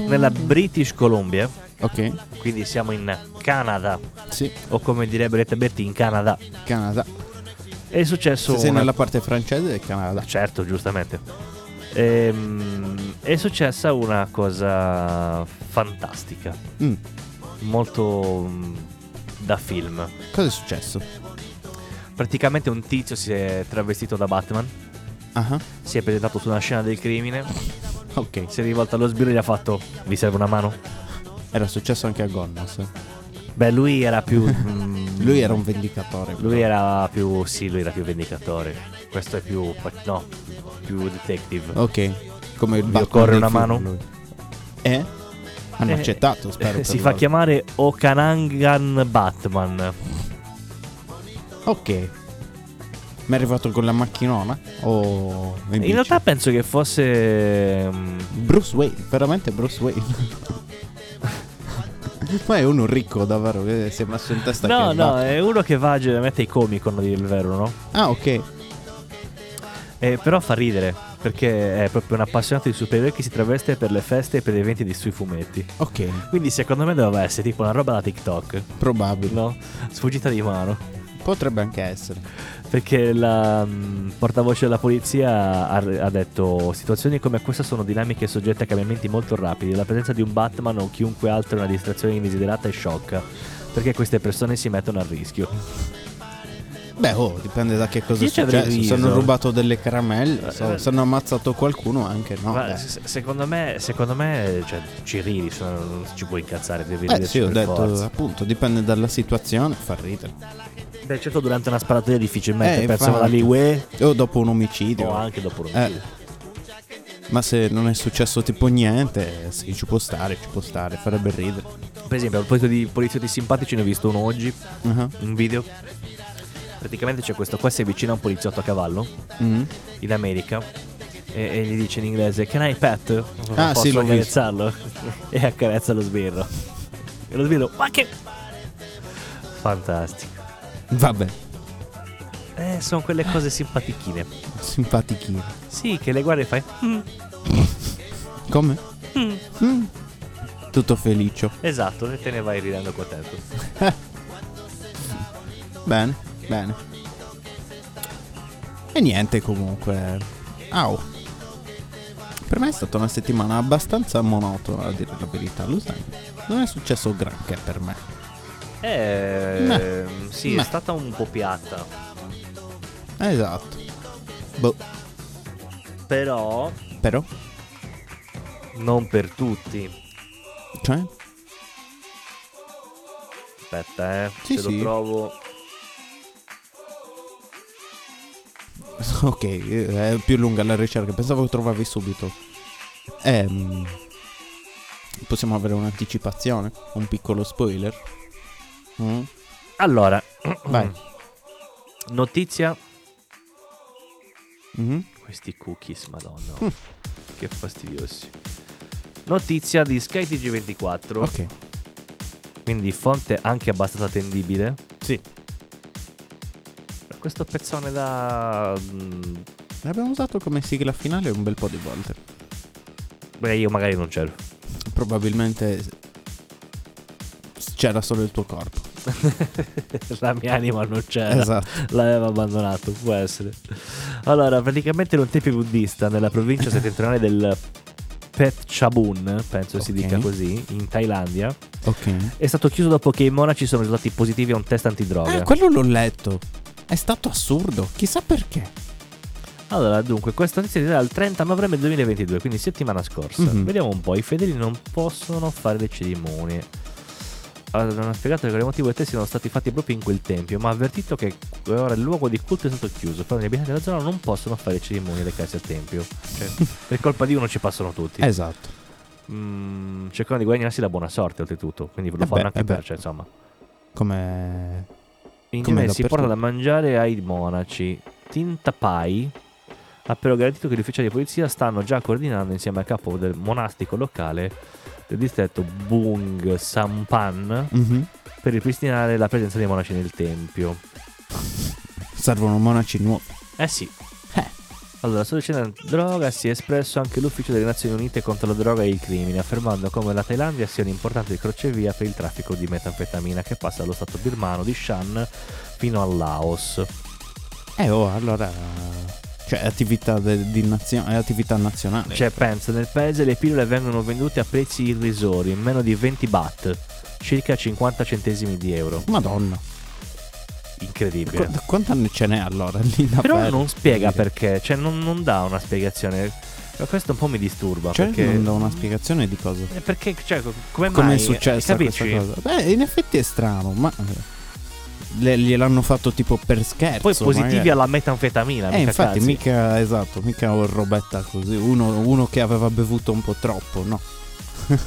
nella British Columbia, Ok, quindi siamo in Canada, sì, o come direbbe Retta Berti, in Canada, Canada. è successo Se sei una- nella parte francese del Canada. Certo, giustamente. Ehm, è successa una cosa fantastica, Mm, molto mm, da film. Cosa è successo? Praticamente un tizio si è travestito da Batman, Ah, si è presentato su una scena del crimine, ok. si è rivolto allo sbirro e gli ha fatto vi serve una mano? Era successo anche a Gonnos. Beh, lui era più... mm, Lui era un vendicatore. Lui era più... sì, lui era più vendicatore. Questo è più... no, più detective. Ok, come il Vi Batman occorre dei una film, mano? lui. Eh? Hanno Eh, accettato, spero. per si fa loro. chiamare Okanangan Batman. Ok. Mi è arrivato con la macchinona? O. in bici? In realtà penso che fosse. mm, Bruce Wayne, veramente Bruce Wayne. Ma è uno ricco davvero che si è messo in testa No, che no, è uno che va generalmente ai comic con a dire il vero, no? Ah, ok. Eh, però fa ridere, perché è proprio un appassionato di supereroi che si traveste per le feste e per gli eventi di sui fumetti. Ok, Quindi secondo me doveva essere tipo una roba da TikTok, probabile. no? Sfuggita di mano. Potrebbe anche essere. Perché la mm, portavoce della polizia ha, ha detto situazioni come questa sono dinamiche soggette a cambiamenti molto rapidi, la presenza di un Batman o chiunque altro è una distrazione indesiderata e sciocca, perché queste persone si mettono a rischio. Beh, oh, dipende da che cosa Io è ci avrei successo. Se riso. hanno rubato delle caramelle, se eh. se hanno ammazzato qualcuno, anche no. Ma dai. se- secondo me, secondo me cioè, ci ridi, se no non ci puoi incazzare, devi Eh ridere sì, ho per detto, forza. appunto, dipende dalla situazione, fa ridere. Beh, certo durante una sparatoria difficilmente, Eh, pensavo infatti. alla Liwe O dopo un o omicidio. anche dopo un Eh. Ma se non è successo tipo niente, eh, sì, ci può stare, ci può stare, farebbe ridere. Per esempio, a proposito di poliziotti simpatici, ne ho visto uno oggi, Ah, un video. Praticamente c'è questo qua, si avvicina a un poliziotto a cavallo mm. in America e, e gli dice in inglese Can I pet? Non Ah, Posso sì, l'ho visto. accarezzarlo? e accarezza lo sbirro. E lo sbirro, ma che... Fantastico. Vabbè, Eh, sono quelle cose simpatichine. simpatichino. Sì, che le guardi e fai... "Mm, Come? Mm. Tutto felice. esatto, e te ne vai ridendo contento. Bene, bene. E niente comunque. Au. Per me è stata una settimana abbastanza monotona, a dire la verità, lo sai. Non è successo granché per me. Eh... Meh. Sì, Meh. è stata un po' piatta. Esatto. Boh, Però... però, Non per tutti. cioè, Aspetta, eh. Sì, se sì. lo trovo... ok, eh, è più lunga la ricerca, pensavo che trovavi subito. Ehm, possiamo avere un'anticipazione, un piccolo spoiler. Mm? Allora... Vai. Notizia Mhm. Questi cookies, Mm. madonna. oh, che fastidiosi. Notizia di skytg 24 Ok. quindi fonte anche abbastanza attendibile. Sì. Questo pezzone da... mm, L'abbiamo usato come sigla finale un bel po' di volte. Beh, eh, io magari non c'ero. Probabilmente s- c'era solo il tuo corpo. La mia anima non c'era. Esatto. L'aveva abbandonato, può essere. Allora, praticamente in un tempio buddista nella provincia settentrionale del Phetchabun, penso si Ok. dica così, in Thailandia, Ok. è stato chiuso dopo che i monaci sono risultati positivi a un test antidroga. Eh, quello l'ho letto. È stato assurdo. Chissà perché. Allora, dunque, questa notizia è dal 30 novembre 2022, quindi settimana scorsa. Mhm. Vediamo un po', i fedeli non possono fare le cerimonie. Allora, non ha spiegato che quale motivo i test siano stati fatti proprio in quel tempio, ma ha avvertito che ora il luogo di culto è stato chiuso, però gli abitanti della zona non possono fare le cerimonie legate al tempio. Cioè, Certo. per colpa di uno ci passano tutti. Esatto. Mm, cercano di guadagnarsi la buona sorte, oltretutto, quindi lo Eh fanno beh, anche eh beh. per, cioè, insomma. Come... In Come genere si porta dappertutto. da mangiare ai monaci. Tintapai ha però garantito che gli ufficiali di polizia stanno già coordinando insieme al capo del monastico locale del distretto Bung Sampan Mhm. per ripristinare la presenza dei monaci nel tempio. Servono monaci nuovi. Eh sì. Allora, sulla scena della droga si è espresso anche l'Ufficio delle Nazioni Unite contro la droga e il crimine, affermando come la Thailandia sia un'importante crocevia per il traffico di metanfetamina che passa dallo stato birmano di Shan fino al Laos. Eh oh, allora... Cioè, è attività, de- di nazio- è attività nazionale. Cioè, pensa, nel paese le pillole vengono vendute a prezzi irrisori, meno di 20 baht, circa 50 centesimi di euro. Madonna. Incredibile. Quanta, quanta ce n'è allora lì da Però fare? non spiega perché, cioè non, non dà una spiegazione. Ma Questo un po' mi disturba. Cioè, perché... non do una spiegazione di cosa. Eh, Perché, cioè, co- come mai? Come è successa Capisci? questa cosa? Beh, in effetti è strano, ma eh, le- gliel'hanno fatto tipo per scherzo. Poi positivi magari. alla metanfetamina, Eh, mica infatti, cazzi. mica esatto, mica un robetta così. Uno, uno che aveva bevuto un po' troppo, no?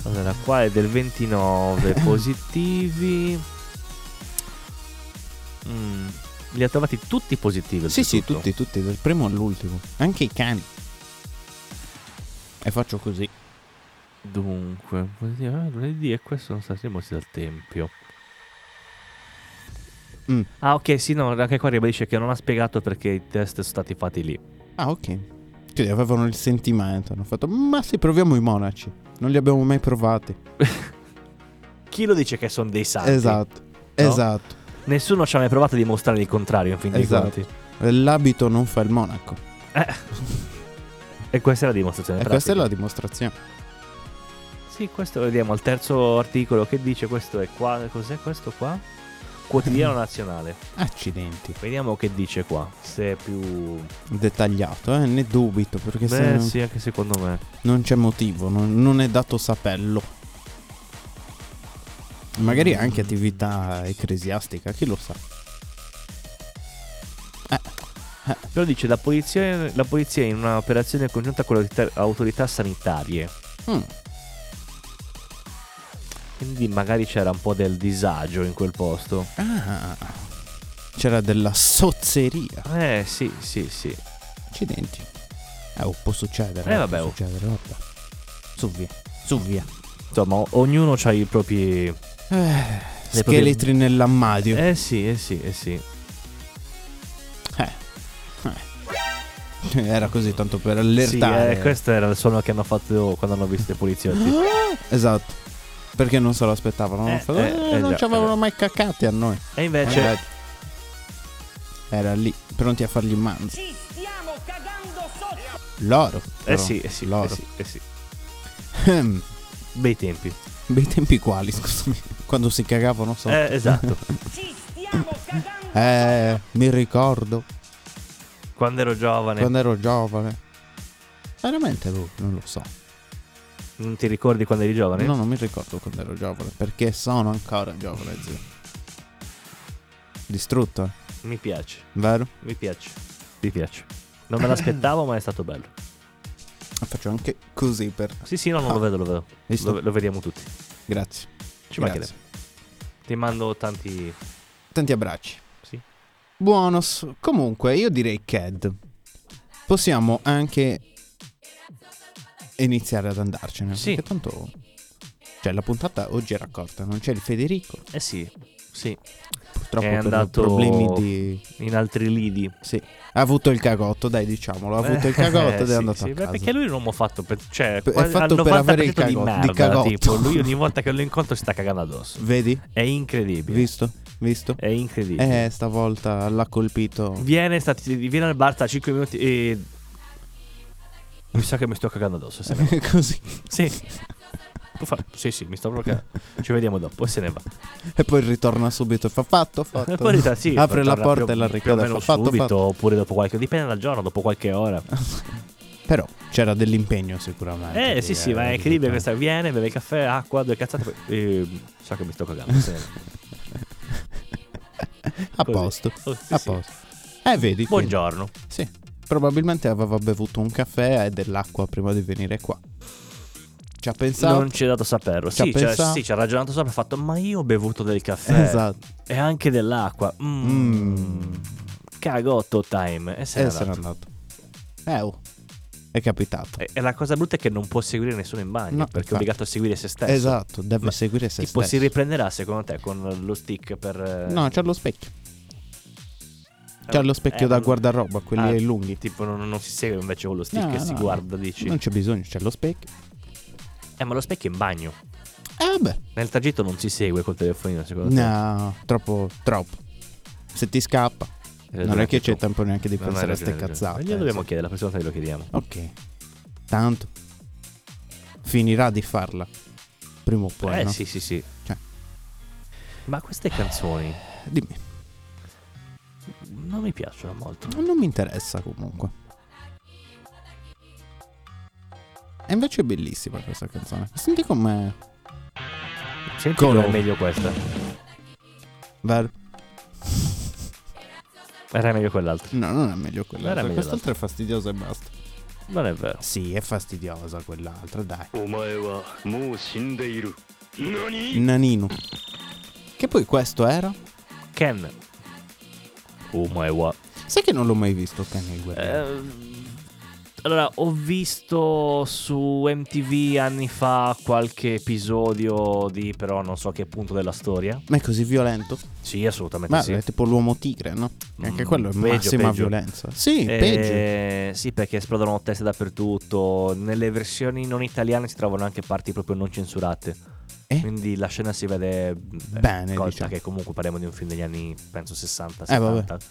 Allora, qua è del 29 positivi. Mm, Li ha trovati tutti positivi. Sì, sì, oltretutto. tutti, tutti, dal primo all'ultimo. Anche i cani. E faccio così. Dunque, positivo, ah, lunedì e questo non sarà mossi dal tempio. Mm. Ah, ok, sì, no, anche qua ribadisce che non ha spiegato perché i test sono stati fatti lì. Ah, ok. Quindi avevano il sentimento. Hanno fatto, ma sì, proviamo i monaci. Non li abbiamo mai provati. Chi lo dice che sono dei santi? Esatto, esatto. Nessuno ci ha mai provato a dimostrare il contrario, in fin dei Esatto. conti. L'abito non fa il monaco. E questa è la dimostrazione. E questa è la dimostrazione. Sì, questo lo vediamo al terzo articolo che dice questo è qua, cos'è questo qua? Quotidiano nazionale. Accidenti. Vediamo che dice qua. Se è più. Dettagliato, eh? Ne dubito perché se Beh, sì, anche secondo me. non c'è motivo, non, non è dato sapello. Magari Mm. anche attività ecclesiastica, chi lo sa. Però dice la polizia, la polizia in una operazione congiunta con le autorità- autorità sanitarie. Mm. Quindi magari c'era un po' del disagio in quel posto. Ah, c'era della sozzeria. Eh sì, sì, sì. Accidenti. Eh, oh, può succedere. Eh, oh, vabbè, Può oh. succedere, vabbè. Su via, su via. Insomma, o- ognuno ha i propri. Eh, Le proprie- scheletri nell'ammadio. Eh sì, eh sì, eh sì. Eh. Eh. Era così tanto per allertare. Sì, eh, questo era il suono che hanno fatto quando hanno visto i poliziotti. Esatto. Perché non se lo aspettavano. Eh, Fa- eh, "Eh, eh, non già, ci avevano eh. mai cacati a noi. E invece. Eh, Era lì, pronti a fargli manzo. Ci stiamo cagando sotto! Loro. Eh però. sì, eh sì, eh Loro. sì, eh sì. Ehm, Bei tempi. Bei tempi quali, scusami. Quando si cagavano sotto. Eh, esatto. Ci stiamo cagando Eh, mi ricordo Quando ero giovane, quando ero giovane. Veramente lui, non lo so. non ti ricordi quando eri giovane? No, non mi ricordo quando ero giovane, perché sono ancora giovane, zio. Distrutto, eh? Mi piace, vero? mi piace, mi piace. Non me l'aspettavo, ma è stato bello. Faccio anche così per... Sì, sì, no, non lo Ah, vedo, lo vedo. visto? Lo, lo vediamo tutti. Grazie. Grazie. Ci mancherebbe. Ti mando tanti. Tanti abbracci. Sì. Buonos. Comunque, io direi CAD. Possiamo anche iniziare ad andarcene. Sì. Perché tanto... Cioè, la puntata oggi era corta, non c'è il Federico. Eh sì, sì. Purtroppo È per andato- problemi di... In altri lidi. Sì, ha avuto il cagotto, dai diciamolo, ha avuto il cagotto Eh, ed è sì, andato sì, a beh, casa. Perché lui è un uomo fatto per, cioè, P- è quasi fatto al per avere il 90% di cagotto- di merda, cagotto. tipo, lui ogni volta che lo incontro si sta cagando addosso. Vedi? È incredibile. Visto? Visto? È incredibile. Eh, stavolta l'ha colpito. Viene, sta- ti- viene al bar tra 5 minuti e... Mi sa che mi sto cagando addosso. Se ne va. Così. Sì. Tu fa- Sì, sì, mi sto proprio cagando. Ci vediamo dopo e se ne va. E poi ritorna subito. Fa fatto, fatto. E poi in realtà sì, Apre la torna porta più- e la più o ricorda. meno Fa fatto, subito, fatto. oppure dopo qualche... Dipende dal giorno, dopo qualche ora. Però c'era dell'impegno sicuramente. Eh sì sì, ma è incredibile questa. Viene, beve il caffè, acqua, due cazzate. Poi, ehm, so che mi sto cagando. se ne va. A Così. posto. Oh, sì, A sì. posto. Eh, vedi. quindi- Buongiorno. Sì. Probabilmente aveva bevuto un caffè e dell'acqua prima di venire qua. Ci ha pensato. Non ci è dato saperlo. Ci ha Sì, cioè, pensato? sì, ci ha ragionato sopra. Ha fatto, ma io ho bevuto del caffè. Esatto. E anche dell'acqua. Mm. Mm. Cagotto time. E se n'è E se n'è andato. andato. Eh, oh. È capitato. E- E la cosa brutta è che non può seguire nessuno in bagno. No, perché infatti. è obbligato a seguire se stesso. Esatto, deve Ma seguire se tipo, stesso. si riprenderà secondo te con lo stick per. eh, No, c'è lo specchio. C'è lo specchio eh, da non- guardaroba, quelli ah, lunghi. Tipo, non, non si segue invece con lo stick No, e si no, guarda. Dici. Non c'è bisogno, c'è lo specchio. Eh, ma lo specchio è in bagno. Eh beh. Nel tragitto non si segue col telefonino, secondo te. No, troppo, troppo. Se ti scappa, Eh, non è che tu. c'è tempo neanche di Non hai pensare a ragione, ste hai ragione. cazzate. Ma Glielo dobbiamo eh, chiedere, la prossima volta glielo chiediamo. sì. Ok. Tanto. Finirà di farla. Prima o poi. eh no? sì, sì, sì. Cioè. Ma queste canzoni Dimmi. non mi piacciono molto. Non mi interessa comunque. E invece è bellissima questa canzone. Senti com'è. Senti Come? dove è meglio questa. Vero? Era meglio quell'altra. No, non è meglio quella. Era meglio Quest'altra è fastidiosa e basta. Non è vero. Sì, è fastidiosa quell'altra, dai. お前はもう死んでいる何 Nanino. Che poi questo era? Ken. Oh my god. Sai che non l'ho mai visto Kanye Guerriero. Ehm, allora, ho visto su MTV anni fa qualche episodio di però non so che punto della storia. Ma è così violento? Sì, assolutamente Ma sì. è tipo l'uomo tigre, no? Mm, Anche quello è peggio, massima peggio. violenza. Sì, peggio. Eh, Sì, perché esplodono teste dappertutto. Nelle versioni non italiane si trovano anche parti proprio non censurate. Eh? Quindi la scena si vede eh, Bene, Colta diciamo. che comunque parliamo di un film degli anni, penso, 60, Eh, vabbè. 70.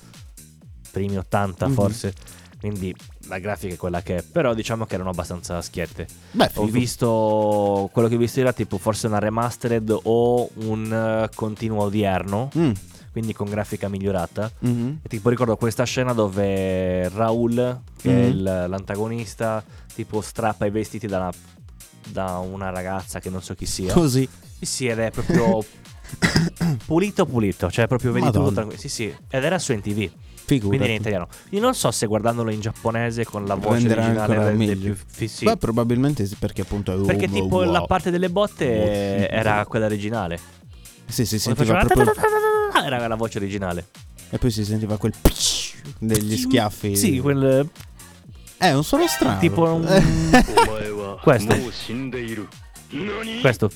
primi 80 Mhm. forse. Quindi la grafica è quella che è. Però diciamo che erano abbastanza schiette. Beh, Ho figo. visto quello che ho visto era tipo forse una remastered o un eh, continuo odierno. Mm, quindi con grafica migliorata. Mhm. E tipo ricordo questa scena dove Raul, che è Mhm. il- l'antagonista, tipo strappa i vestiti da una, da una ragazza che non so chi sia. Così. Sì, sì, ed è proprio pulito pulito, cioè proprio vedi tutto Madonna. tranquillo. Sì, sì, ed era su NTV, Figurati. quindi era in italiano. Quindi non so se guardandolo in giapponese con la voce Renderà originale ancora rende meglio. più fi- sì. Beh, probabilmente sì, perché appunto è Perché tipo la parte delle botte Wow. era quella originale. Sì, si Quando sentiva faceva proprio "Ah", era la voce originale. e poi si sentiva quel degli schiaffi. Sì, quel È un suono strano. tipo un- Eh, お前は Questo. もう死んでいる何 questo.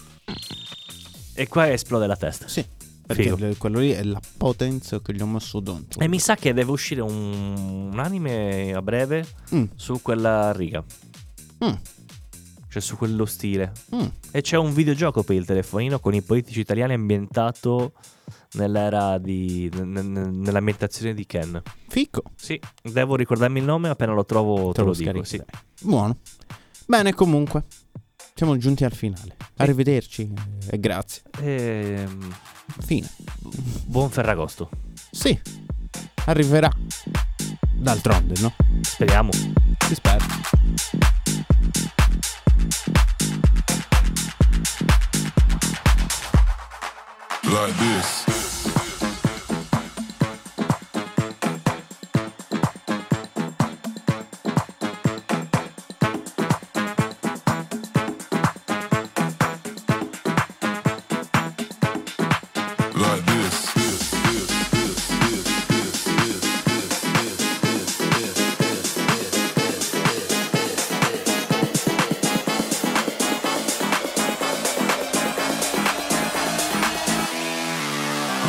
E qua esplode la testa. sì, perché Figo. le- quello lì è la potenza che gli ho messo dentro. E mi sa che deve uscire un, un anime a breve Mm, su quella riga, mm, cioè su quello stile. mm. E c'è un videogioco per il telefonino con i politici italiani ambientato nell'era di. n- n- nell'ambientazione di Ken. Fico. Sì, devo ricordarmi il nome, appena lo trovo te lo, dico. scarichi, Sì. dai. Buono. Bene, comunque. Siamo giunti al finale. Arrivederci e grazie. Ehm, Fine. buon Ferragosto, Sì. Arriverà. D'altronde, no? speriamo. Si spera. like this. Like this.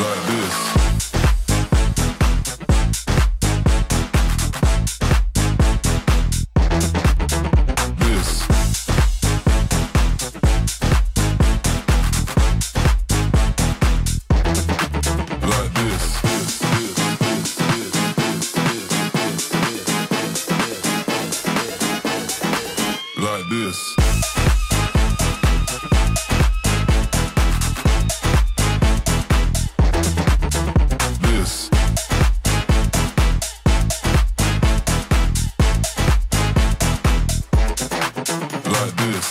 Like this. This. Like this. Like this. this. Like this.